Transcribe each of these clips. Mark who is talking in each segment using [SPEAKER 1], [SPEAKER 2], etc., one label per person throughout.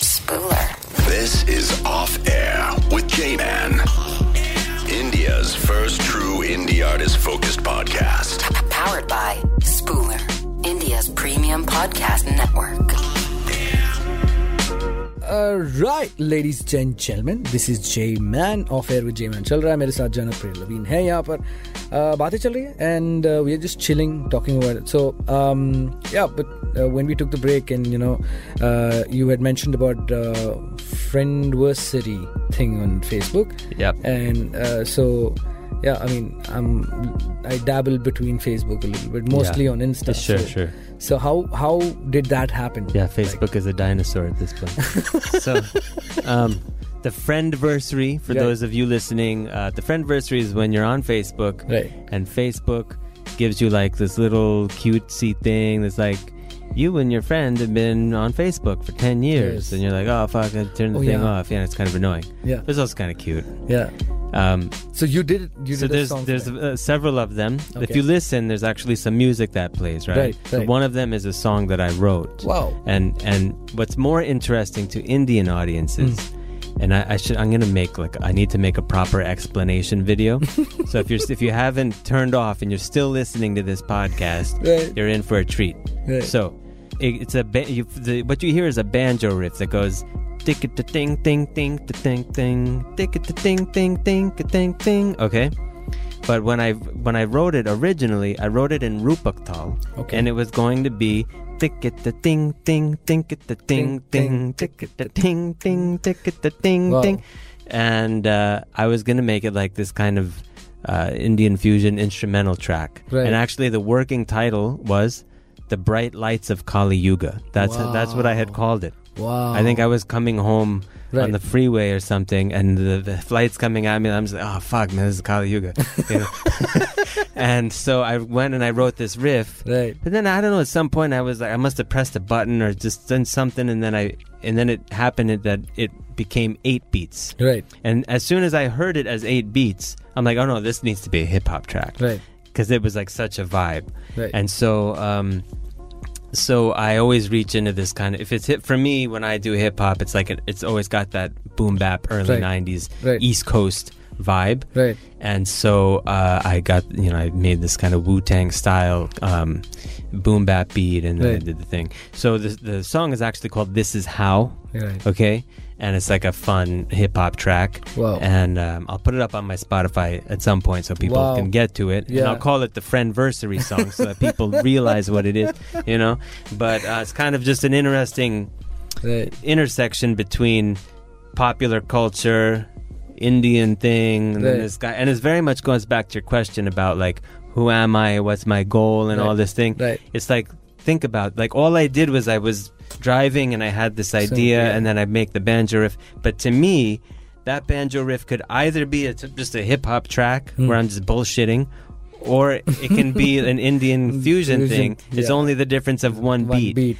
[SPEAKER 1] Spooler.
[SPEAKER 2] This is Off Air with J Man, India's first true indie artist focused podcast.
[SPEAKER 1] Powered by Spooler, India's premium podcast network.
[SPEAKER 3] Right ladies and gentleman this is J man of air with J man चल रहा है मेरे साथ जानक प्रिय लवीन है यहाँ पर uh, बातें चल रही uh, है and we are just chilling talking about so um, या but when we took the break and you know you had mentioned about friendversary thing on Facebook
[SPEAKER 4] Yep.
[SPEAKER 3] and uh, so yeah i mean i'm i dabble between facebook a little bit mostly on insta
[SPEAKER 4] Sure,
[SPEAKER 3] so,
[SPEAKER 4] sure.
[SPEAKER 3] so how how did that happen
[SPEAKER 4] Yeah, Facebook is a dinosaur at this point. so, um, the friendversary for
[SPEAKER 3] Yeah.
[SPEAKER 4] those of you listening, uh, the friendversary is when you're on Facebook,
[SPEAKER 3] Right.
[SPEAKER 4] and Facebook gives you like this little cutesy thing that's like. You and your friend have been on Facebook for 10 years,
[SPEAKER 3] Yes.
[SPEAKER 4] and you're like, oh, fuck, I turned the
[SPEAKER 3] Oh,
[SPEAKER 4] thing
[SPEAKER 3] yeah.
[SPEAKER 4] off. Yeah, it's kind of annoying.
[SPEAKER 3] Yeah.
[SPEAKER 4] But it's also kind of cute.
[SPEAKER 3] yeah
[SPEAKER 4] Um,
[SPEAKER 3] so you did it you
[SPEAKER 4] so
[SPEAKER 3] did a
[SPEAKER 4] there's
[SPEAKER 3] song for
[SPEAKER 4] there's
[SPEAKER 3] that.
[SPEAKER 4] uh, several of them.
[SPEAKER 3] Okay.
[SPEAKER 4] If you listen, there's actually some music that plays, right?
[SPEAKER 3] Right,
[SPEAKER 4] So
[SPEAKER 3] right.
[SPEAKER 4] one of them is a song that I wrote.
[SPEAKER 3] Wow.
[SPEAKER 4] And and what's more interesting to Indian audiences.
[SPEAKER 3] Hmm.
[SPEAKER 4] And I, I should. I'm gonna make like I need to make a proper explanation video. so if you're if you haven't turned off and you're still listening to this podcast,
[SPEAKER 3] Right.
[SPEAKER 4] you're in for a treat.
[SPEAKER 3] Right.
[SPEAKER 4] So it, it's a ba- you, the, what you hear is a banjo riff that goes tick it ting ting ting ting ting tick it ting ting ting ting ting. Okay. But when I when I wrote it originally, I wrote it in Rupaktal,
[SPEAKER 3] Okay.
[SPEAKER 4] and it was going to be tick it the ting ting tick it the ting ting tick it the ting ting tick it the ting
[SPEAKER 3] Wow.
[SPEAKER 4] ting, and uh, I was going to make it like this kind of uh, Indian fusion instrumental track.
[SPEAKER 3] Right.
[SPEAKER 4] And actually, the working title was "The Bright Lights of Kali Yuga." That's that's what I had called it.
[SPEAKER 3] wow
[SPEAKER 4] I think I was coming home
[SPEAKER 3] Oh. Right.
[SPEAKER 4] on the freeway or something, and the, the flight's coming at me, and I'm just like, oh, fuck, man, this is Kali Yuga. You know? and so I went and I wrote this riff.
[SPEAKER 3] right
[SPEAKER 4] But then I don't know. At some point, I was like, I must have pressed a button or just done something, and then I, and then it happened that it became eight beats.
[SPEAKER 3] right
[SPEAKER 4] And as soon as I heard it as eight beats, I'm like, oh no, this needs to be a hip hop track
[SPEAKER 3] right
[SPEAKER 4] because it was like such a vibe.
[SPEAKER 3] Right.
[SPEAKER 4] And so, um, so I always reach into this kind of. If it's hip for me, when I do hip hop, it's like it, it's always got that boom bap early
[SPEAKER 3] Right.
[SPEAKER 4] '90s
[SPEAKER 3] Right.
[SPEAKER 4] East Coast vibe.
[SPEAKER 3] right
[SPEAKER 4] And so uh, I got you know I made this kind of Wu Tang style um, boom bap beat, and then I
[SPEAKER 3] Right.
[SPEAKER 4] did the thing. So the the song is actually called "This Is How."
[SPEAKER 3] right
[SPEAKER 4] Okay, and it's like a fun hip hop track.
[SPEAKER 3] Wow.
[SPEAKER 4] And um, I'll put it up on my Spotify at some point so people
[SPEAKER 3] Wow.
[SPEAKER 4] can get to it. And
[SPEAKER 3] Yeah.
[SPEAKER 4] I'll call it the Friendversary song so that people realize what it is, you know. But uh, it's kind of just an interesting
[SPEAKER 3] right
[SPEAKER 4] intersection between popular culture, Indian thing, and then
[SPEAKER 3] Right.
[SPEAKER 4] this guy. And it's very much goes back to your question about like, who am I? What's my goal? And
[SPEAKER 3] Right.
[SPEAKER 4] all this thing.
[SPEAKER 3] Right.
[SPEAKER 4] It's like, think about like all I did was I was driving and I had this idea,
[SPEAKER 3] yeah.
[SPEAKER 4] and then I make the banjo riff. But to me, that banjo riff could either be a, just a hip hop track
[SPEAKER 3] Hmm.
[SPEAKER 4] where I'm just bullshitting. Or it can be an Indian fusion
[SPEAKER 3] Fusion,
[SPEAKER 4] thing. It's
[SPEAKER 3] yeah.
[SPEAKER 4] only the difference of one,
[SPEAKER 3] one beat,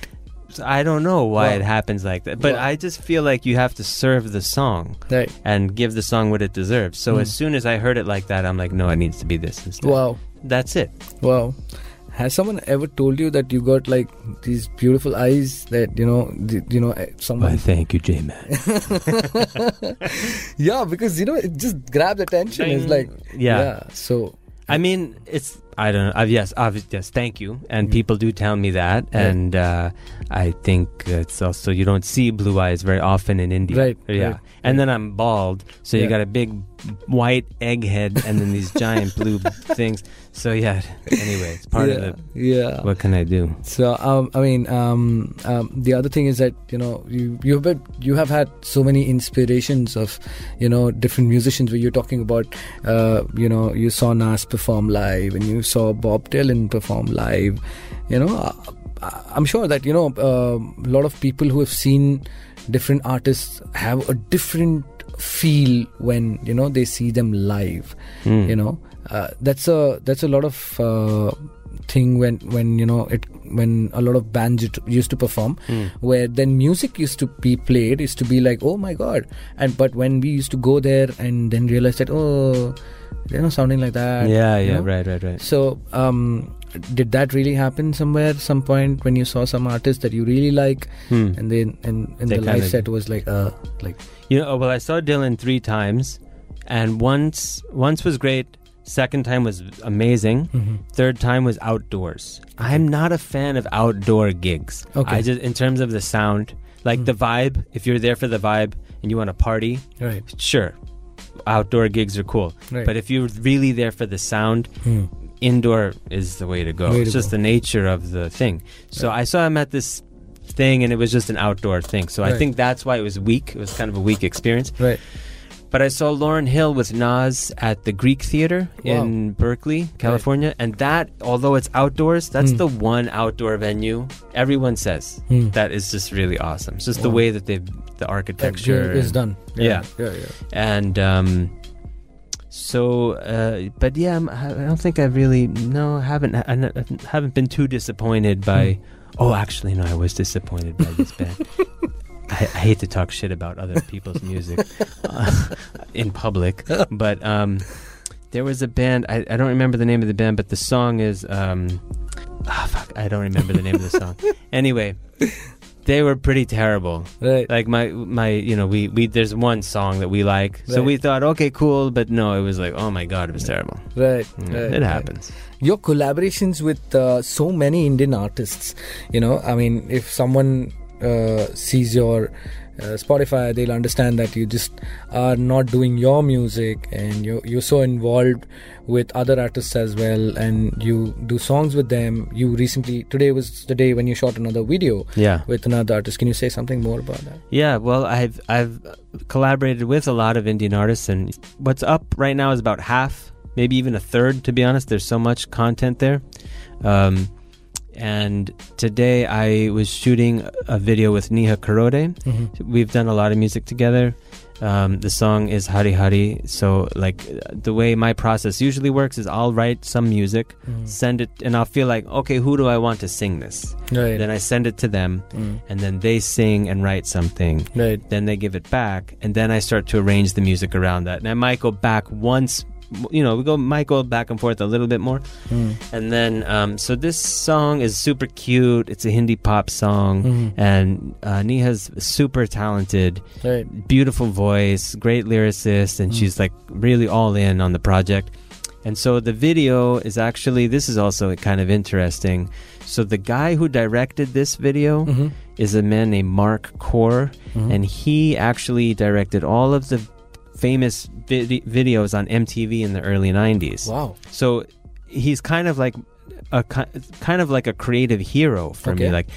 [SPEAKER 4] so I don't know why
[SPEAKER 3] Well-
[SPEAKER 4] it happens like that, but
[SPEAKER 3] well-
[SPEAKER 4] I just feel like you have to serve the song
[SPEAKER 3] right
[SPEAKER 4] and give the song what it deserves. So
[SPEAKER 3] Hmm.
[SPEAKER 4] as soon as I heard it like that, I'm like, no, it needs to be this instead.
[SPEAKER 3] wow
[SPEAKER 4] That's it.
[SPEAKER 3] wow has someone ever told you that you got like these beautiful eyes that you know the, you know eh, someone
[SPEAKER 4] thank you, J Man.
[SPEAKER 3] yeah because you know it just grabs attention it's
[SPEAKER 4] Ding.
[SPEAKER 3] like
[SPEAKER 4] Yeah.
[SPEAKER 3] so
[SPEAKER 4] I mean, it's I don't know. Uh, yes, obvious, yes, thank you. And
[SPEAKER 3] Hmm.
[SPEAKER 4] people do tell me that, and uh, I think it's also you don't see blue eyes very often in India.
[SPEAKER 3] Right,
[SPEAKER 4] Yeah.
[SPEAKER 3] right,
[SPEAKER 4] And then I'm bald, so
[SPEAKER 3] Yeah.
[SPEAKER 4] you got a big white egghead, and then these giant blue things. So yeah. Anyway, it's part
[SPEAKER 3] yeah,
[SPEAKER 4] of the.
[SPEAKER 3] yeah
[SPEAKER 4] What can I do?
[SPEAKER 3] So um, I mean, um, um, the other thing is that you know you you have been, you have had so many inspirations of you know different musicians. Where you're talking about uh, you know you saw Nas perform live and you saw Bob Dylan perform live. You know, I- I, I'm sure that you know um, a lot of people who have seen different artists have a different feel when you know they see them live
[SPEAKER 4] Hmm.
[SPEAKER 3] you know uh, that's a that's a lot of uh, thing when when you know it when a lot of bands ut- used to perform
[SPEAKER 4] Hmm.
[SPEAKER 3] where then music used to be played used to be like oh my god and but when we used to go there and then realize that oh they're not sounding like that
[SPEAKER 4] Yeah,
[SPEAKER 3] you
[SPEAKER 4] yeah,
[SPEAKER 3] know?
[SPEAKER 4] right, right, right.
[SPEAKER 3] so um did that really happen somewhere some point when you saw some artist that you really like
[SPEAKER 4] Hmm.
[SPEAKER 3] and then and, and
[SPEAKER 4] They
[SPEAKER 3] the live
[SPEAKER 4] kinda-
[SPEAKER 3] set was like uh like
[SPEAKER 4] You know, oh, well, I saw Dylan three times, and once once was great. Second time was amazing. Third time was outdoors. I'm not a fan of outdoor gigs.
[SPEAKER 3] Okay.
[SPEAKER 4] I just in terms of the sound, like the vibe. If you're there for the vibe and you want to party,
[SPEAKER 3] right
[SPEAKER 4] sure, outdoor gigs are cool.
[SPEAKER 3] Right. Hmm.
[SPEAKER 4] But if you're really there for the sound, indoor is the way to go.
[SPEAKER 3] Way to
[SPEAKER 4] it's just
[SPEAKER 3] go.
[SPEAKER 4] the nature of the thing. So I saw him at this thing, and it was just an outdoor thing. So I
[SPEAKER 3] Right.
[SPEAKER 4] think that's why it was weak. It was kind of a weak experience.
[SPEAKER 3] right
[SPEAKER 4] But I saw Lauren Hill with Nas at the Greek Theater
[SPEAKER 3] Wow.
[SPEAKER 4] in Berkeley, California, and that, although it's outdoors,
[SPEAKER 3] Hmm.
[SPEAKER 4] that's the one outdoor venue everyone says that is just really awesome. It's just the way that they've the architecture
[SPEAKER 3] Actually, it's
[SPEAKER 4] and-
[SPEAKER 3] done
[SPEAKER 4] Yeah.
[SPEAKER 3] yeah yeah
[SPEAKER 4] and um, so uh, but yeah I'm, i I don't think i really no I haven't I, I haven't been too disappointed by oh actually no i was disappointed by this band I, I hate to talk shit about other people's music uh, in public but um, there was a band I, I don't remember the name of the band but the song is um, ah, fuck, i don't remember the name of the song anyway they were pretty terrible
[SPEAKER 3] right
[SPEAKER 4] like my my you know we we there's one song that we like so
[SPEAKER 3] Right.
[SPEAKER 4] we thought okay cool but no it was like oh my god it was terrible
[SPEAKER 3] right,
[SPEAKER 4] Mm,
[SPEAKER 3] right
[SPEAKER 4] it
[SPEAKER 3] right.
[SPEAKER 4] happens
[SPEAKER 3] your collaborations with uh, so many Indian artists. You know, I mean, if someone uh, sees your uh, Spotify, they'll understand that you just are not doing your music, and you you're so involved with other artists as well, and you do songs with them. You recently today was the day when you shot another video
[SPEAKER 4] yeah
[SPEAKER 3] with another artist. Can you say something more about that?
[SPEAKER 4] yeah well i've i've collaborated with a lot of indian artists and what's up right now is about half maybe even a third to be honest there's so much content there um and today I was shooting a video with Neha Karode. We've done a lot of music together. Um, the song is Hari Hari. So, like, the way my process usually works is I'll write some music, send it, and I'll feel like, okay, who do I want to sing this?
[SPEAKER 3] Right.
[SPEAKER 4] Then I send it to them, and then they sing and write something.
[SPEAKER 3] Right.
[SPEAKER 4] Then they give it back, and then I start to arrange the music around that. And I might go back once, you know, we go might go back and forth a little bit more.
[SPEAKER 3] Hmm.
[SPEAKER 4] And then, um, so this song is super cute. It's a Hindi pop song, and uh, Neha's super talented,
[SPEAKER 3] Right.
[SPEAKER 4] beautiful voice, great lyricist, and she's like really all in on the project. And so the video is actually this is also kind of interesting. So the guy who directed this video
[SPEAKER 3] Mm-hmm.
[SPEAKER 4] is a man named Mark Kaur, and he actually directed all of the famous vid- videos on MTV in the early '90s.
[SPEAKER 3] Wow.
[SPEAKER 4] So he's kind of like a ki- kind of like a creative hero for me.
[SPEAKER 3] Okay.
[SPEAKER 4] Like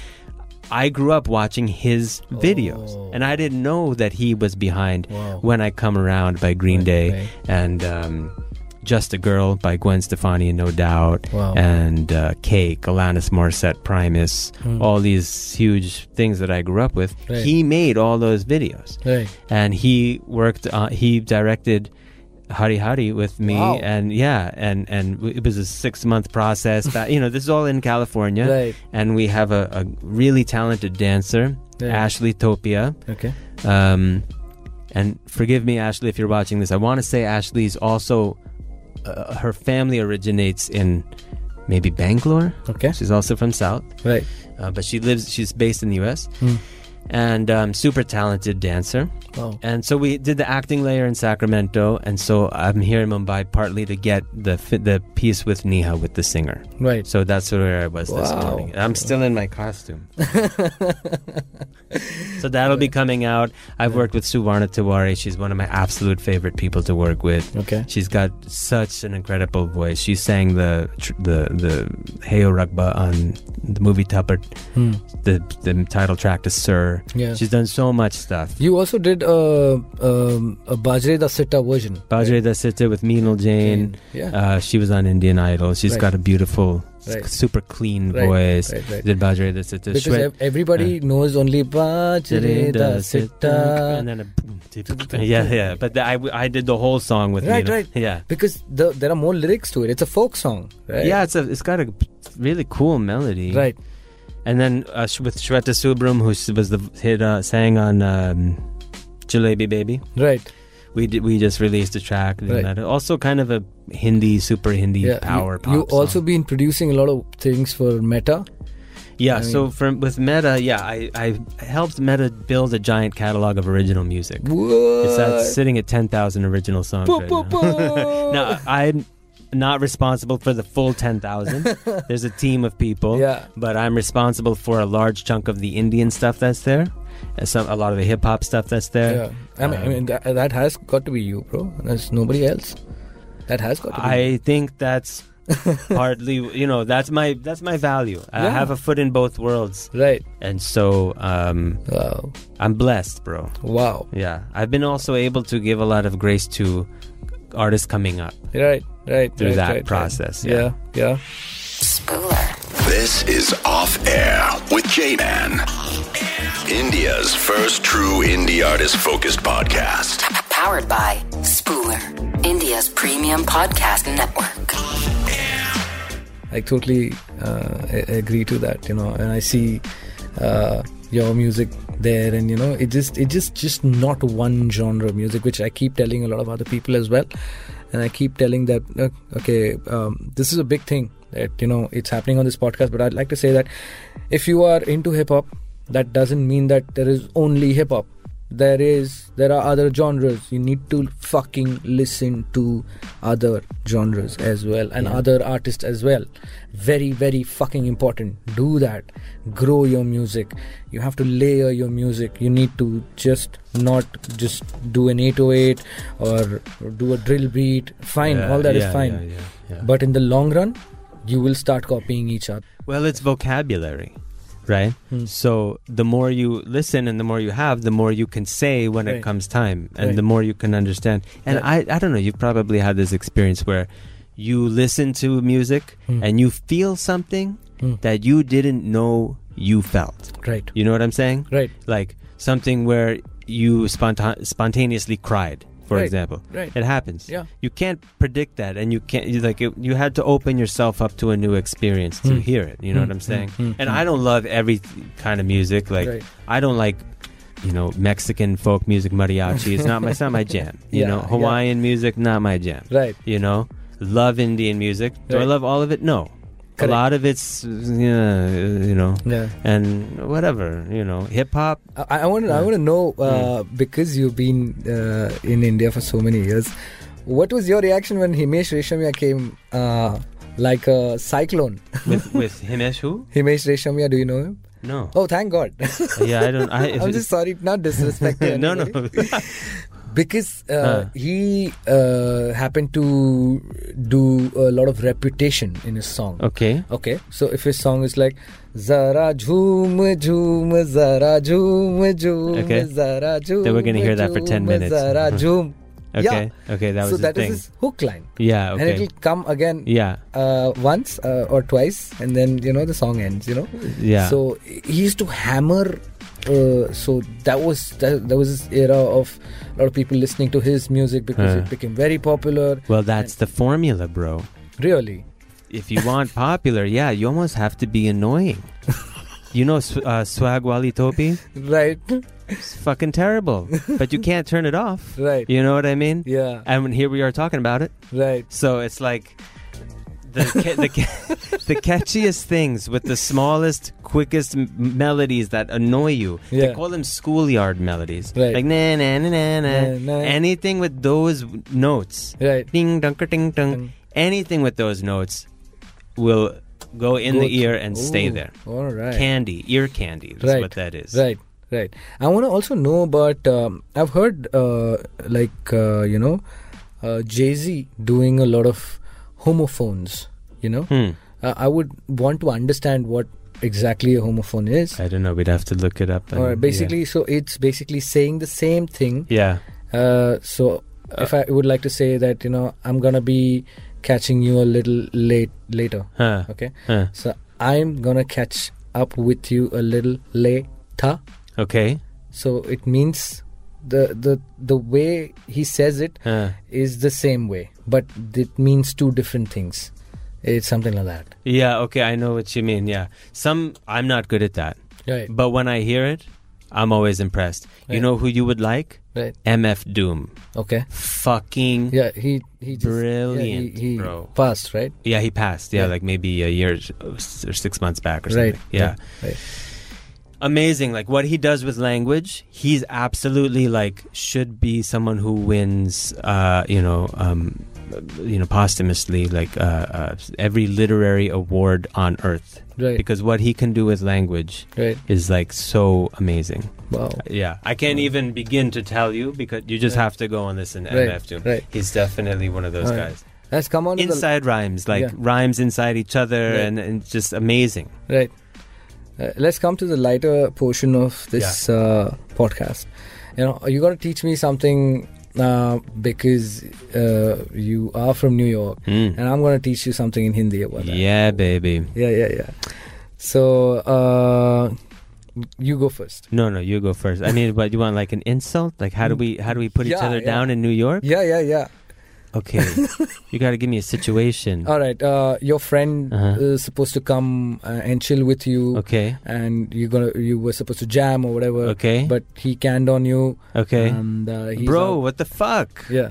[SPEAKER 4] I grew up watching his videos,
[SPEAKER 3] Oh.
[SPEAKER 4] and I didn't know that he was behind
[SPEAKER 3] Wow.
[SPEAKER 4] "When I Come Around" by Green
[SPEAKER 3] Right,
[SPEAKER 4] Day
[SPEAKER 3] right.
[SPEAKER 4] and um, "Just a Girl" by Gwen Stefani, no doubt,
[SPEAKER 3] Wow.
[SPEAKER 4] and uh, "Cake," Alanis Morissette, Primus, all these huge things that I grew up with.
[SPEAKER 3] Hmm. Right.
[SPEAKER 4] He made all those videos
[SPEAKER 3] Right.
[SPEAKER 4] and he worked on he directed Hari Hari with me
[SPEAKER 3] Wow.
[SPEAKER 4] and yeah and and w- it was a 6 month process that you know this is all in California
[SPEAKER 3] Right.
[SPEAKER 4] and we have a, a really talented dancer
[SPEAKER 3] Yeah.
[SPEAKER 4] Ashley Topia
[SPEAKER 3] Okay.
[SPEAKER 4] um and forgive me Ashley if you're watching this I want to say Ashley's also uh, her family originates in maybe Bangalore
[SPEAKER 3] Okay.
[SPEAKER 4] she's also from south
[SPEAKER 3] Right.
[SPEAKER 4] uh, but she lives she's based in the US
[SPEAKER 3] Hmm.
[SPEAKER 4] and um, super talented dancer
[SPEAKER 3] Wow.
[SPEAKER 4] and so we did the acting layer in Sacramento, and so I'm here in Mumbai partly to get the fi- the piece with Neha with the singer.
[SPEAKER 3] Right.
[SPEAKER 4] So that's where I was this
[SPEAKER 3] Wow.
[SPEAKER 4] morning. I'm still in my costume. so that'll be coming out. I've worked with Suvarna Tiwari. She's one of my absolute favorite people to work with.
[SPEAKER 3] Okay.
[SPEAKER 4] She's got such an incredible voice. She sang the tr- the the Heyo Rakba on the movie Tupper,
[SPEAKER 3] Hmm.
[SPEAKER 4] the the title track to Sir.
[SPEAKER 3] Yeah.
[SPEAKER 4] She's done so much stuff.
[SPEAKER 3] You also did a um, a Bajre da Sitta version.
[SPEAKER 4] Bajre Dasita with Meenal Jain.
[SPEAKER 3] Yeah.
[SPEAKER 4] Uh, she was on Indian Idol. She's
[SPEAKER 3] Right.
[SPEAKER 4] got a beautiful, s-
[SPEAKER 3] Right.
[SPEAKER 4] super clean
[SPEAKER 3] Right,
[SPEAKER 4] voice.
[SPEAKER 3] right, right.
[SPEAKER 4] Did Bajre Dasita.
[SPEAKER 3] because ev- everybody
[SPEAKER 4] Uh,
[SPEAKER 3] knows only Bajre da
[SPEAKER 4] And
[SPEAKER 3] Sitta.
[SPEAKER 4] then a boom, dip, yeah, yeah. But the, I, w- I did the whole song with
[SPEAKER 3] Right,
[SPEAKER 4] Meenal.
[SPEAKER 3] right.
[SPEAKER 4] Yeah.
[SPEAKER 3] Because the, there are more lyrics to it. It's a folk song, right?
[SPEAKER 4] Yeah, it's a, it's got a really cool melody.
[SPEAKER 3] Right.
[SPEAKER 4] And then uh, sh- with Shweta Subram, who s- was the hit uh, sang on um, Jalebi Baby,
[SPEAKER 3] Right.
[SPEAKER 4] we did, we just released a track. and
[SPEAKER 3] Right.
[SPEAKER 4] that- Also, kind of a Hindi, super Hindi power
[SPEAKER 3] you,
[SPEAKER 4] pop.
[SPEAKER 3] you also
[SPEAKER 4] song.
[SPEAKER 3] been producing a lot of things for Meta.
[SPEAKER 4] yeah.
[SPEAKER 3] I
[SPEAKER 4] so from with Meta, yeah, I I helped Meta build a giant catalog of original music. It's at,
[SPEAKER 3] What?
[SPEAKER 4] sitting at ten thousand original songs.
[SPEAKER 3] Boop,
[SPEAKER 4] right
[SPEAKER 3] boop,
[SPEAKER 4] now.
[SPEAKER 3] boop.
[SPEAKER 4] no, I'm not responsible for the full 10,000. There's a team of people.
[SPEAKER 3] Yeah.
[SPEAKER 4] But I'm responsible for a large chunk of the Indian stuff that's there, and some, a lot of the hip hop stuff that's there.
[SPEAKER 3] Yeah. I mean, I
[SPEAKER 4] Um,
[SPEAKER 3] mean that, that has got to be you, bro. There's nobody else. That has got to be. you.
[SPEAKER 4] I think that's hardly, you know, that's my that's my value. I
[SPEAKER 3] Yeah.
[SPEAKER 4] have a foot in both worlds.
[SPEAKER 3] Right.
[SPEAKER 4] And so um,
[SPEAKER 3] Wow.
[SPEAKER 4] I'm blessed, bro.
[SPEAKER 3] Wow.
[SPEAKER 4] Yeah. I've been also able to give a lot of grace to artists coming up.
[SPEAKER 3] Right. Right.
[SPEAKER 4] Through
[SPEAKER 3] right,
[SPEAKER 4] that
[SPEAKER 3] right, right.
[SPEAKER 4] process, yeah.
[SPEAKER 3] Yeah. Yeah.
[SPEAKER 1] Spooler.
[SPEAKER 2] This is Off Air with J Man, India's first true indie artist focused podcast.
[SPEAKER 1] Powered by Spooler, India's premium podcast network.
[SPEAKER 3] I totally uh, a- agree to that. You know, and I see uh, your music there, and you know, it just it just just not one genre of music, which I keep telling a lot of other people as well, and I keep telling that look, okay, um, this is a big thing that you know it's happening on this podcast. But I'd like to say that if you are into hip hop, that doesn't mean that there is only hip hop. There is there are other genres. You need to fucking listen to other genres as well and other artists as well. Very very fucking important. Do that. Grow your music. You have to layer your music. You need to just not just do an 808 or do a drill beat. Fine,
[SPEAKER 4] Yeah,
[SPEAKER 3] all that is
[SPEAKER 4] yeah,
[SPEAKER 3] fine.
[SPEAKER 4] yeah, yeah, yeah.
[SPEAKER 3] But in the long run, you will start copying each other.
[SPEAKER 4] Well, it's vocabulary, Hmm. right? So the more you listen and the more you have, the more you can say when
[SPEAKER 3] Right.
[SPEAKER 4] it comes time, and
[SPEAKER 3] Right.
[SPEAKER 4] the more you can understand. And I, I don't know, you've probably had this experience where you listen to music and you feel something that you didn't know you felt.
[SPEAKER 3] Right.
[SPEAKER 4] You know what I'm saying?
[SPEAKER 3] Right.
[SPEAKER 4] Like something where you sponta- spontaneously cried. For
[SPEAKER 3] Right.
[SPEAKER 4] example,
[SPEAKER 3] Right.
[SPEAKER 4] it happens.
[SPEAKER 3] Yeah.
[SPEAKER 4] you can't predict that, and you can't you, like it, you had to open yourself up to a new experience
[SPEAKER 3] Hmm.
[SPEAKER 4] to hear it. You know what I'm saying? and I don't love every th- kind of music. Like
[SPEAKER 3] Right.
[SPEAKER 4] I don't like, you know, Mexican folk music, mariachi. It's not my, it's not my jam. You
[SPEAKER 3] Yeah,
[SPEAKER 4] know,
[SPEAKER 3] yeah.
[SPEAKER 4] Hawaiian music, not my jam.
[SPEAKER 3] Right.
[SPEAKER 4] You know, love Indian music. Do I
[SPEAKER 3] Right.
[SPEAKER 4] love all of it? No.
[SPEAKER 3] Correct.
[SPEAKER 4] A lot of it's, uh, yeah, uh, you know,
[SPEAKER 3] Yeah.
[SPEAKER 4] and whatever, you know, hip hop.
[SPEAKER 3] I, I want to. I want to know uh, because you've been uh, in India for so many years. What was your reaction when Himesh Reshamya came uh, like a cyclone?
[SPEAKER 4] With with Himesh, who?
[SPEAKER 3] Himesh Reshamya, do you know him?
[SPEAKER 4] No.
[SPEAKER 3] Oh, thank God.
[SPEAKER 4] Yeah, I don't. I,
[SPEAKER 3] I'm just sorry, not disrespecting.
[SPEAKER 4] no, no.
[SPEAKER 3] Because uh,
[SPEAKER 4] Huh.
[SPEAKER 3] he uh, happened to do a lot of reputation in his song.
[SPEAKER 4] okay.
[SPEAKER 3] Okay, so if his song is like Zara Jhoom Jhoom Zara Jhoom Jhoom
[SPEAKER 4] Okay.
[SPEAKER 3] Zara Jhoom
[SPEAKER 4] Then we're gonna hear that for 10
[SPEAKER 3] jhoom,
[SPEAKER 4] minutes.
[SPEAKER 3] Zara Jhoom
[SPEAKER 4] Okay.
[SPEAKER 3] Yeah.
[SPEAKER 4] Okay. That was
[SPEAKER 3] so
[SPEAKER 4] the
[SPEAKER 3] that is
[SPEAKER 4] thing.
[SPEAKER 3] his hook line
[SPEAKER 4] yeah.
[SPEAKER 3] and
[SPEAKER 4] Okay.
[SPEAKER 3] it'll come again
[SPEAKER 4] Yeah.
[SPEAKER 3] uh, once uh, or twice and then you know the song ends you know
[SPEAKER 4] Yeah.
[SPEAKER 3] so he used to hammer uh, so that was that, that was his era of a lot of people listening to his music because
[SPEAKER 4] Huh.
[SPEAKER 3] it became very popular
[SPEAKER 4] Well, that's the formula, bro.
[SPEAKER 3] really
[SPEAKER 4] If you want popular, yeah, you almost have to be annoying. You know, sw- uh, swag wali topi?
[SPEAKER 3] right
[SPEAKER 4] It's fucking terrible. But you can't turn it off.
[SPEAKER 3] Right.
[SPEAKER 4] You know what I mean?
[SPEAKER 3] yeah
[SPEAKER 4] And here we are talking about it.
[SPEAKER 3] right
[SPEAKER 4] So it's like the, ca- the, ca- the catchiest things with the smallest, quickest m- melodies that annoy you. They
[SPEAKER 3] Yeah.
[SPEAKER 4] call them schoolyard melodies.
[SPEAKER 3] Right.
[SPEAKER 4] Like na na na na na.
[SPEAKER 3] Na, na.
[SPEAKER 4] Anything with those w- notes.
[SPEAKER 3] right
[SPEAKER 4] Ding dunker ding dong.
[SPEAKER 3] Ding.
[SPEAKER 4] Anything with those notes will go in
[SPEAKER 3] Go
[SPEAKER 4] the
[SPEAKER 3] through.
[SPEAKER 4] ear and stay
[SPEAKER 3] Ooh,
[SPEAKER 4] there.
[SPEAKER 3] all right
[SPEAKER 4] Candy, ear candy. That's what that is.
[SPEAKER 3] Right, right. I want to also know about. Um, I've heard, uh, like, uh, you know, uh, Jay Z doing a lot of homophones. You know,
[SPEAKER 4] Hmm.
[SPEAKER 3] uh, I would want to understand what exactly a homophone is.
[SPEAKER 4] I don't know. We'd have to look it up.
[SPEAKER 3] Or
[SPEAKER 4] and-
[SPEAKER 3] basically, so it's basically saying the same thing.
[SPEAKER 4] Yeah.
[SPEAKER 3] Uh, so if I would like to say that, you know, I'm gonna be catching you a little late later.
[SPEAKER 4] yeah. Huh.
[SPEAKER 3] Okay.
[SPEAKER 4] Huh.
[SPEAKER 3] So I'm gonna catch up with you a little later.
[SPEAKER 4] Okay.
[SPEAKER 3] So it means the the the way he says it is
[SPEAKER 4] Huh.
[SPEAKER 3] the same way, but it means two different things. It's something like that.
[SPEAKER 4] Yeah, okay, I know what you mean. Yeah. Some I'm not good at that.
[SPEAKER 3] Right.
[SPEAKER 4] But when I hear it, I'm always impressed. You
[SPEAKER 3] Right.
[SPEAKER 4] know who you would like?
[SPEAKER 3] Right.
[SPEAKER 4] MF Doom.
[SPEAKER 3] Okay.
[SPEAKER 4] Fucking
[SPEAKER 3] Yeah, he he just, yeah,
[SPEAKER 4] Brilliant,
[SPEAKER 3] he, he
[SPEAKER 4] bro.
[SPEAKER 3] passed right.
[SPEAKER 4] Yeah, he passed. Yeah,
[SPEAKER 3] Yeah.
[SPEAKER 4] like maybe a year or s- or six months back or something.
[SPEAKER 3] Right.
[SPEAKER 4] Yeah.
[SPEAKER 3] Right.
[SPEAKER 4] Amazing. Like what he does with language, he's absolutely like should be someone who wins uh, you know, um you know, posthumously, like uh, uh, every literary award on earth,
[SPEAKER 3] Right.
[SPEAKER 4] because what he can do with language
[SPEAKER 3] Right.
[SPEAKER 4] is like so amazing.
[SPEAKER 3] Wow.
[SPEAKER 4] Yeah, I can't even begin to tell you because you just have to go and listen.
[SPEAKER 3] Mm. Right,
[SPEAKER 4] MF Doom.
[SPEAKER 3] right.
[SPEAKER 4] He's definitely one of those
[SPEAKER 3] All right.
[SPEAKER 4] guys
[SPEAKER 3] Let's come on to the-
[SPEAKER 4] inside rhymes, like
[SPEAKER 3] Yeah.
[SPEAKER 4] rhymes inside each other,
[SPEAKER 3] Right.
[SPEAKER 4] and, and just amazing.
[SPEAKER 3] Right. Uh, let's come to the lighter portion of this uh, podcast. You know, you got to teach me something uh, because uh, you are from New York,
[SPEAKER 4] Mm.
[SPEAKER 3] and I'm going to teach you something in Hindi about that.
[SPEAKER 4] Yeah, baby.
[SPEAKER 3] yeah, yeah, yeah. So uh, you go first.
[SPEAKER 4] No, no, you go first. I mean, but you want like an insult? Like how do we how do we put each
[SPEAKER 3] Yeah,
[SPEAKER 4] other
[SPEAKER 3] yeah.
[SPEAKER 4] down in New York?
[SPEAKER 3] Yeah, yeah, yeah.
[SPEAKER 4] Okay, you got to give me a situation.
[SPEAKER 3] All right. Uh, your friend
[SPEAKER 4] Uh-huh.
[SPEAKER 3] is supposed to come uh, and chill with you,
[SPEAKER 4] Okay,
[SPEAKER 3] and you gonna you were supposed to jam or whatever.
[SPEAKER 4] okay,
[SPEAKER 3] But he canned on you.
[SPEAKER 4] okay.
[SPEAKER 3] And, uh, he's
[SPEAKER 4] Bro,
[SPEAKER 3] out.
[SPEAKER 4] what the fuck?
[SPEAKER 3] Yeah.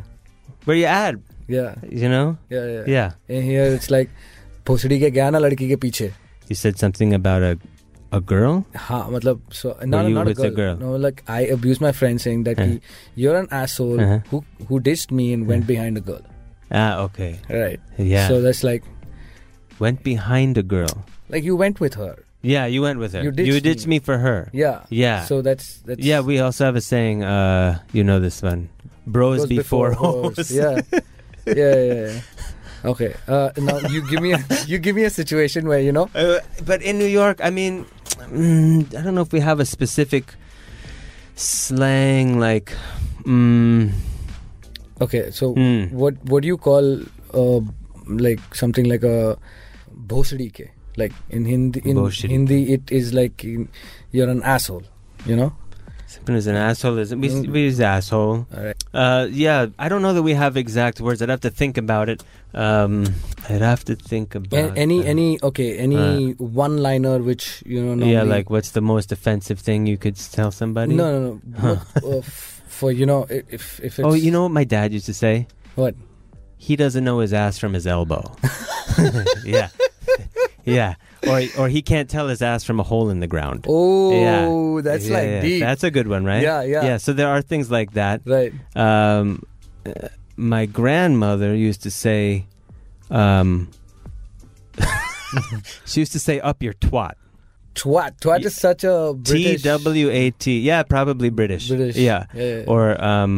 [SPEAKER 4] Where you at?
[SPEAKER 3] Yeah.
[SPEAKER 4] You know?
[SPEAKER 3] Yeah, yeah.
[SPEAKER 4] Yeah.
[SPEAKER 3] And here it's like भोसड़ी के गया ना लड़की के पीछे
[SPEAKER 4] You said something about a a girl.
[SPEAKER 3] हाँ मतलब so not,
[SPEAKER 4] Were you
[SPEAKER 3] not a
[SPEAKER 4] with the
[SPEAKER 3] girl.
[SPEAKER 4] girl?
[SPEAKER 3] no like I abused my friend saying that he, you're an asshole
[SPEAKER 4] Uh-huh.
[SPEAKER 3] who who ditched me and went behind a girl
[SPEAKER 4] Ah, okay.
[SPEAKER 3] right
[SPEAKER 4] Yeah.
[SPEAKER 3] so that's like
[SPEAKER 4] Went behind a girl.
[SPEAKER 3] like you went with her
[SPEAKER 4] Yeah, you went with her.
[SPEAKER 3] You ditched
[SPEAKER 4] you ditched
[SPEAKER 3] me.
[SPEAKER 4] me for her.
[SPEAKER 3] yeah
[SPEAKER 4] Yeah.
[SPEAKER 3] so that's that's
[SPEAKER 4] Yeah, we also have a saying. Uh, you know this one, bros,
[SPEAKER 3] goes
[SPEAKER 4] before, hoes.
[SPEAKER 3] yeah yeah yeah, yeah. okay uh, now you give me a, you give me a situation where you know
[SPEAKER 4] Uh, but in New York, I mean, mm, I don't know if we have a specific slang like. Mm,
[SPEAKER 3] okay so
[SPEAKER 4] mm.
[SPEAKER 3] what what do you call uh, like something like a bhosdi ke like in hindi in
[SPEAKER 4] Bhosdi.
[SPEAKER 3] hindi it is like in- you're an asshole you know
[SPEAKER 4] Something is an asshole. Is we,
[SPEAKER 3] Mm.
[SPEAKER 4] we use asshole.
[SPEAKER 3] all right
[SPEAKER 4] Uh, yeah, I don't know that we have exact words. I'd have to think about it. Um, I'd have to think about
[SPEAKER 3] A- any
[SPEAKER 4] them.
[SPEAKER 3] any okay any one liner which you know normally,
[SPEAKER 4] Yeah, like what's the most offensive thing you could tell somebody?
[SPEAKER 3] no no no What, uh, f- for you know i- if if it's
[SPEAKER 4] Oh, you know what my dad used to say?
[SPEAKER 3] what
[SPEAKER 4] he doesn't know his ass from his elbow. yeah. Yeah. Or or he can't tell his ass from a hole in the ground.
[SPEAKER 3] oh
[SPEAKER 4] Yeah.
[SPEAKER 3] that's
[SPEAKER 4] Yeah,
[SPEAKER 3] like
[SPEAKER 4] yeah.
[SPEAKER 3] deep
[SPEAKER 4] That's a good one, right?
[SPEAKER 3] Yeah, yeah.
[SPEAKER 4] Yeah, so there are things like that.
[SPEAKER 3] right
[SPEAKER 4] Um uh, my grandmother used to say um She used to say up your twat.
[SPEAKER 3] twat twat
[SPEAKER 4] Y-
[SPEAKER 3] is such a
[SPEAKER 4] T
[SPEAKER 3] british
[SPEAKER 4] W A T. Yeah, probably British.
[SPEAKER 3] british
[SPEAKER 4] Yeah.
[SPEAKER 3] yeah, yeah.
[SPEAKER 4] Or um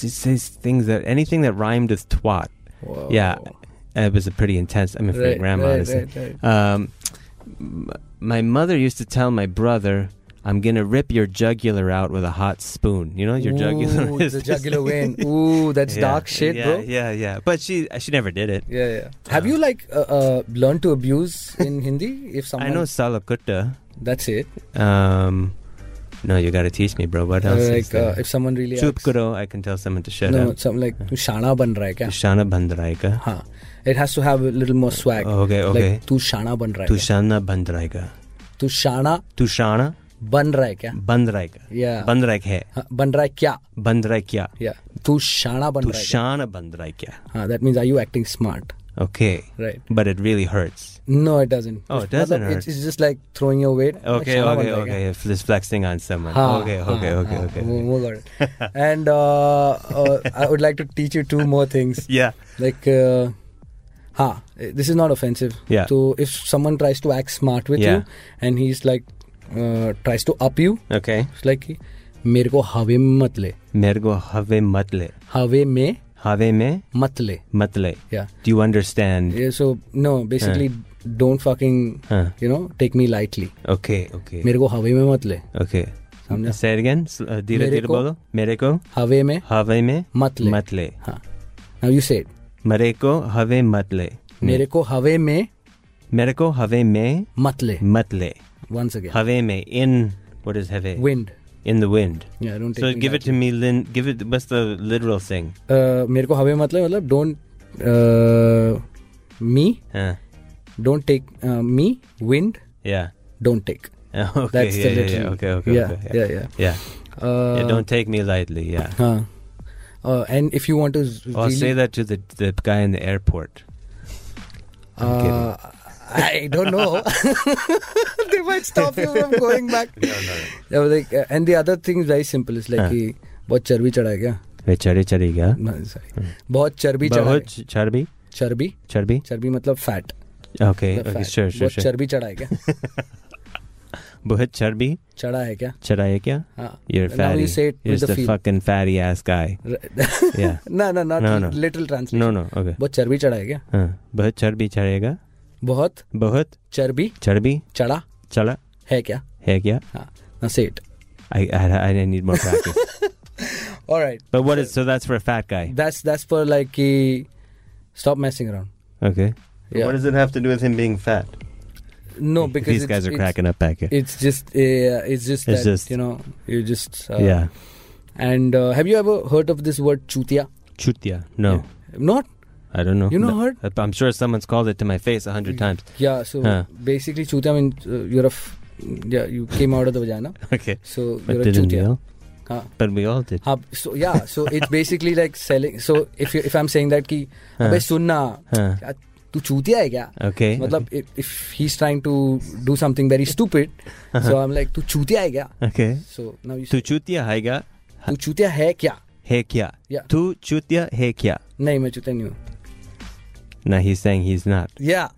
[SPEAKER 4] she says things that anything that rhymed with twat.
[SPEAKER 3] Wow.
[SPEAKER 4] yeah. It was a pretty intense I mean for my
[SPEAKER 3] Oh. right,
[SPEAKER 4] grandma
[SPEAKER 3] right,
[SPEAKER 4] honestly.
[SPEAKER 3] right, right.
[SPEAKER 4] Um, m- my mother used to tell my brother, "I'm gonna rip your jugular out with a hot spoon." You know, your
[SPEAKER 3] Ooh,
[SPEAKER 4] jugular. Is
[SPEAKER 3] the jugular vein. Ooh, that's
[SPEAKER 4] Yeah,
[SPEAKER 3] dark shit,
[SPEAKER 4] yeah,
[SPEAKER 3] bro.
[SPEAKER 4] Yeah, yeah. But she she never did it.
[SPEAKER 3] Yeah, yeah. Have you like uh, uh, learned to abuse in Hindi? If someone,
[SPEAKER 4] I know salakutta.
[SPEAKER 3] That's it.
[SPEAKER 4] Um, no, you gotta teach me, bro. What
[SPEAKER 3] Or
[SPEAKER 4] else? is
[SPEAKER 3] like uh,
[SPEAKER 4] there?
[SPEAKER 3] if someone really.
[SPEAKER 4] Chup
[SPEAKER 3] asks-
[SPEAKER 4] karo. I can tell someone to shut
[SPEAKER 3] No,
[SPEAKER 4] up.
[SPEAKER 3] something like tu shana ban raha hai kya?
[SPEAKER 4] Tushana bandraika.
[SPEAKER 3] Huh. It has to have a little more swag.
[SPEAKER 4] Oh, okay, okay.
[SPEAKER 3] Like tu shana ban raha hai kya?
[SPEAKER 4] Tushana bandraika.
[SPEAKER 3] Tu shana
[SPEAKER 4] Tushana
[SPEAKER 3] ban raha hai kya?
[SPEAKER 4] bandraika.
[SPEAKER 3] Yeah.
[SPEAKER 4] Bandraik hai.
[SPEAKER 3] Huh, ban raha hai kya?
[SPEAKER 4] Bandraikya.
[SPEAKER 3] Yeah. Tu shana ban raha hai kya?
[SPEAKER 4] Tushana bandraikya.
[SPEAKER 3] Huh, that means are you acting smart?
[SPEAKER 4] Okay.
[SPEAKER 3] Right.
[SPEAKER 4] But it really hurts.
[SPEAKER 3] No, it doesn't.
[SPEAKER 4] Oh, it
[SPEAKER 3] Matlab,
[SPEAKER 4] doesn't
[SPEAKER 3] It's,
[SPEAKER 4] hurt.
[SPEAKER 3] it's just like throwing your weight.
[SPEAKER 4] Okay,
[SPEAKER 3] Shana ban
[SPEAKER 4] okay,
[SPEAKER 3] raha hai kya?
[SPEAKER 4] okay. If this flexing on someone.
[SPEAKER 3] Huh,
[SPEAKER 4] okay,
[SPEAKER 3] huh,
[SPEAKER 4] okay, okay,
[SPEAKER 3] huh.
[SPEAKER 4] okay.
[SPEAKER 3] Wo- wo got it. and uh, uh, I would like to teach you two more things.
[SPEAKER 4] Yeah.
[SPEAKER 3] Like, uh, huh, this is not offensive.
[SPEAKER 4] Yeah.
[SPEAKER 3] So if someone tries to act smart with
[SPEAKER 4] Yeah.
[SPEAKER 3] you and he's like, uh, tries to up you,
[SPEAKER 4] Okay.
[SPEAKER 3] it's like, कि मेरे को हवे में मत ले
[SPEAKER 4] मेरे को हवे मत ले.
[SPEAKER 3] हवे में
[SPEAKER 4] हवे में
[SPEAKER 3] मत ले
[SPEAKER 4] मत ले.
[SPEAKER 3] yeah
[SPEAKER 4] Do you understand?
[SPEAKER 3] yeah so no basically
[SPEAKER 4] हाँ.
[SPEAKER 3] don't fucking
[SPEAKER 4] Huh.
[SPEAKER 3] you know take me lightly
[SPEAKER 4] Okay, okay.
[SPEAKER 3] मेरे को हवे में मत ले
[SPEAKER 4] Okay.
[SPEAKER 3] समझा?
[SPEAKER 4] Say it again. Sl- uh, धीरे
[SPEAKER 3] मेरे
[SPEAKER 4] धीरे
[SPEAKER 3] को-
[SPEAKER 4] बोलो. मेरे को
[SPEAKER 3] हवे में
[SPEAKER 4] हवे में
[SPEAKER 3] मत ले
[SPEAKER 4] मत ले.
[SPEAKER 3] हाँ now you said
[SPEAKER 4] मेरे को हवे मत ले.
[SPEAKER 3] मेरे को हवे में
[SPEAKER 4] मेरे को हवे में
[SPEAKER 3] मत ले
[SPEAKER 4] मत ले.
[SPEAKER 3] once again
[SPEAKER 4] हवे में in what is हवे?
[SPEAKER 3] wind
[SPEAKER 4] In the wind.
[SPEAKER 3] yeah don't take
[SPEAKER 4] So
[SPEAKER 3] me
[SPEAKER 4] give it to me, Lin. Give it. What's the literal thing?
[SPEAKER 3] lightly. uh, मेरे को हवे मतलब मतलब uh, don't me
[SPEAKER 4] Huh.
[SPEAKER 3] Don't take me wind
[SPEAKER 4] Yeah.
[SPEAKER 3] Don't take
[SPEAKER 4] Okay,
[SPEAKER 3] That's
[SPEAKER 4] yeah,
[SPEAKER 3] the
[SPEAKER 4] yeah,
[SPEAKER 3] little.
[SPEAKER 4] yeah, okay, okay,
[SPEAKER 3] yeah,
[SPEAKER 4] okay,
[SPEAKER 3] yeah, yeah.
[SPEAKER 4] yeah.
[SPEAKER 3] Uh,
[SPEAKER 4] yeah. Don't take me lightly. Yeah.
[SPEAKER 3] Huh. Uh, and if you want to, z-
[SPEAKER 4] I'll
[SPEAKER 3] really-
[SPEAKER 4] Oh, say that to the the guy in the airport. I'm kidding.
[SPEAKER 3] Uh, I don't know. they might stop you from going back.
[SPEAKER 4] No, no.
[SPEAKER 3] Yeah, but like, uh, and the other thing is very simple. It's like
[SPEAKER 4] हाँ.
[SPEAKER 3] कि बहुत चर्बी चढ़ा है क्या?
[SPEAKER 4] वे चढ़ी चढ़ी गया
[SPEAKER 3] No, sorry. बहुत चर्बी चढ़ा है।
[SPEAKER 4] हाँ। बहुत च- चर्बी
[SPEAKER 3] चर्बी
[SPEAKER 4] चर्बी
[SPEAKER 3] चर्बी मतलब fat
[SPEAKER 4] okay okay sure sure
[SPEAKER 3] बहुत
[SPEAKER 4] श्योर
[SPEAKER 3] चर्बी चढ़ा है क्या?
[SPEAKER 4] बहुत चर्बी
[SPEAKER 3] चढ़ा है क्या?
[SPEAKER 4] चढ़ाया क्या
[SPEAKER 3] हाँ.
[SPEAKER 4] You're
[SPEAKER 3] Ah. Now
[SPEAKER 4] fatty.
[SPEAKER 3] you say it
[SPEAKER 4] You're
[SPEAKER 3] with
[SPEAKER 4] just
[SPEAKER 3] the
[SPEAKER 4] a
[SPEAKER 3] feel.
[SPEAKER 4] fucking fatty ass guy. Yeah.
[SPEAKER 3] No, no, not
[SPEAKER 4] No, no.
[SPEAKER 3] literal translation.
[SPEAKER 4] No, no. Okay. Ah.
[SPEAKER 3] बहुत चर्बी चढ़ा है क्या?
[SPEAKER 4] हाँ, बहुत चर्बी चढ़ेगा
[SPEAKER 3] बहुत
[SPEAKER 4] बहुत
[SPEAKER 3] चर्बी
[SPEAKER 4] चर्बी
[SPEAKER 3] चढ़ा
[SPEAKER 4] चला
[SPEAKER 3] है क्या?
[SPEAKER 4] है क्या?
[SPEAKER 3] हाँ. Now say it.
[SPEAKER 4] I I, I need more practice.
[SPEAKER 3] All right.
[SPEAKER 4] but what is so that's for a fat guy?
[SPEAKER 3] That's that's for like कि stop messing around.
[SPEAKER 4] Okay.
[SPEAKER 3] Yeah.
[SPEAKER 4] does it have to do with him being fat?
[SPEAKER 3] No, because
[SPEAKER 4] these
[SPEAKER 3] it's-
[SPEAKER 4] guys are
[SPEAKER 3] it's-
[SPEAKER 4] cracking up back here.
[SPEAKER 3] It's just, uh, it's just
[SPEAKER 4] It's
[SPEAKER 3] that
[SPEAKER 4] just-
[SPEAKER 3] you know, you just uh,
[SPEAKER 4] yeah.
[SPEAKER 3] And uh, have you ever heard of this word chutia?
[SPEAKER 4] Chutia. No,
[SPEAKER 3] Not
[SPEAKER 4] I don't know.
[SPEAKER 3] you know heard?
[SPEAKER 4] But I'm sure someone's called it to my face a hundred times.
[SPEAKER 3] Yeah. So
[SPEAKER 4] Huh.
[SPEAKER 3] basically, chutia means uh, you're a f- yeah. You came out of the vagina,
[SPEAKER 4] Okay.
[SPEAKER 3] so
[SPEAKER 4] But
[SPEAKER 3] you're a
[SPEAKER 4] didn't we
[SPEAKER 3] chutia.
[SPEAKER 4] all?
[SPEAKER 3] Huh.
[SPEAKER 4] But we all did.
[SPEAKER 3] Huh, हाँ, so yeah, so it's basically like selling. So if you, if I'm saying that ki, अबे सुनना,
[SPEAKER 4] Huh.
[SPEAKER 3] क्या तू चूतिया है क्या?
[SPEAKER 4] हाँ। Okay.
[SPEAKER 3] मतलब if, if he's trying to do something very stupid, so I'm like तू चूतिया है क्या?
[SPEAKER 4] Okay.
[SPEAKER 3] So now you
[SPEAKER 4] हाँ। तू हाँ।
[SPEAKER 3] say,
[SPEAKER 4] चूतिया हैगा
[SPEAKER 3] तू चूतिया है क्या?
[SPEAKER 4] है क्या?
[SPEAKER 3] Yeah.
[SPEAKER 4] तू चूतिया है क्या?
[SPEAKER 3] नहीं मैं चूतिया नहीं हूँ.
[SPEAKER 4] Now he's saying he's not.
[SPEAKER 3] Yeah.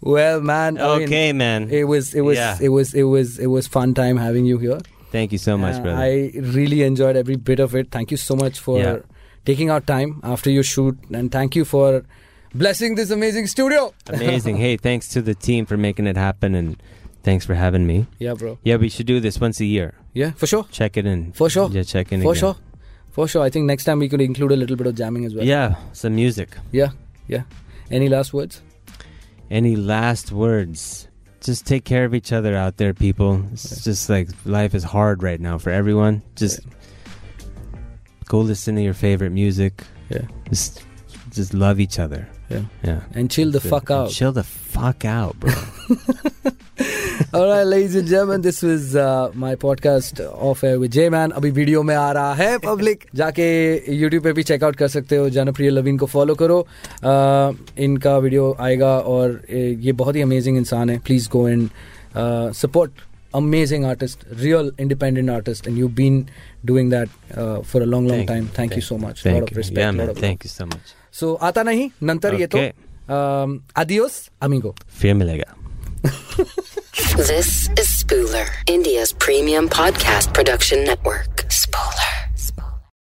[SPEAKER 3] well, man. I mean,
[SPEAKER 4] Okay, man.
[SPEAKER 3] it was it was
[SPEAKER 4] Yeah.
[SPEAKER 3] it was it was it was fun time having you here.
[SPEAKER 4] Thank you so much,
[SPEAKER 3] Uh,
[SPEAKER 4] brother.
[SPEAKER 3] I really enjoyed every bit of it. Thank you so much for
[SPEAKER 4] Yeah.
[SPEAKER 3] taking out time after your shoot, and thank you for blessing this amazing studio.
[SPEAKER 4] Amazing. hey, thanks to the team for making it happen, and thanks for having me.
[SPEAKER 3] Yeah, bro.
[SPEAKER 4] Yeah, we should do this once a year.
[SPEAKER 3] Yeah, for sure,
[SPEAKER 4] Check it in.
[SPEAKER 3] for sure,
[SPEAKER 4] Yeah, check in.
[SPEAKER 3] for
[SPEAKER 4] again.
[SPEAKER 3] sure, for sure. I think next time we could include a little bit of jamming as well.
[SPEAKER 4] Yeah, some music.
[SPEAKER 3] yeah, yeah. Any last words?
[SPEAKER 4] Any last words? Just take care of each other out there, people. It's just like life is hard right now for everyone. Just go listen to your favorite music.
[SPEAKER 3] Yeah.
[SPEAKER 4] Just, just love each other.
[SPEAKER 3] Yeah.
[SPEAKER 4] Yeah.
[SPEAKER 3] And chill the
[SPEAKER 4] Good.
[SPEAKER 3] fuck out.
[SPEAKER 4] Chill the fuck out, bro.
[SPEAKER 3] All right, ladies and gentlemen, this was uh, my podcast off air with J Man. अभी video में आ रहा है public जाके YouTube पे भी checkout कर सकते हो जनप्रिय लवीन को फॉलो करो uh, इनका वीडियो आएगा और uh, ये बहुत ही अमेजिंग इंसान है please go and uh, support amazing artist real independent artist and you been doing that for a long long
[SPEAKER 4] Thank you.
[SPEAKER 3] Time thank you so much lot
[SPEAKER 4] Thank
[SPEAKER 3] of
[SPEAKER 4] you. Yeah, man.
[SPEAKER 3] Respect
[SPEAKER 4] Thank you so much.
[SPEAKER 3] सो आता नहीं नंतर ये
[SPEAKER 4] Okay.
[SPEAKER 3] तो adios amigo
[SPEAKER 4] फिर मिलेगा
[SPEAKER 1] This is Spooler, India's premium podcast production network. Spooler.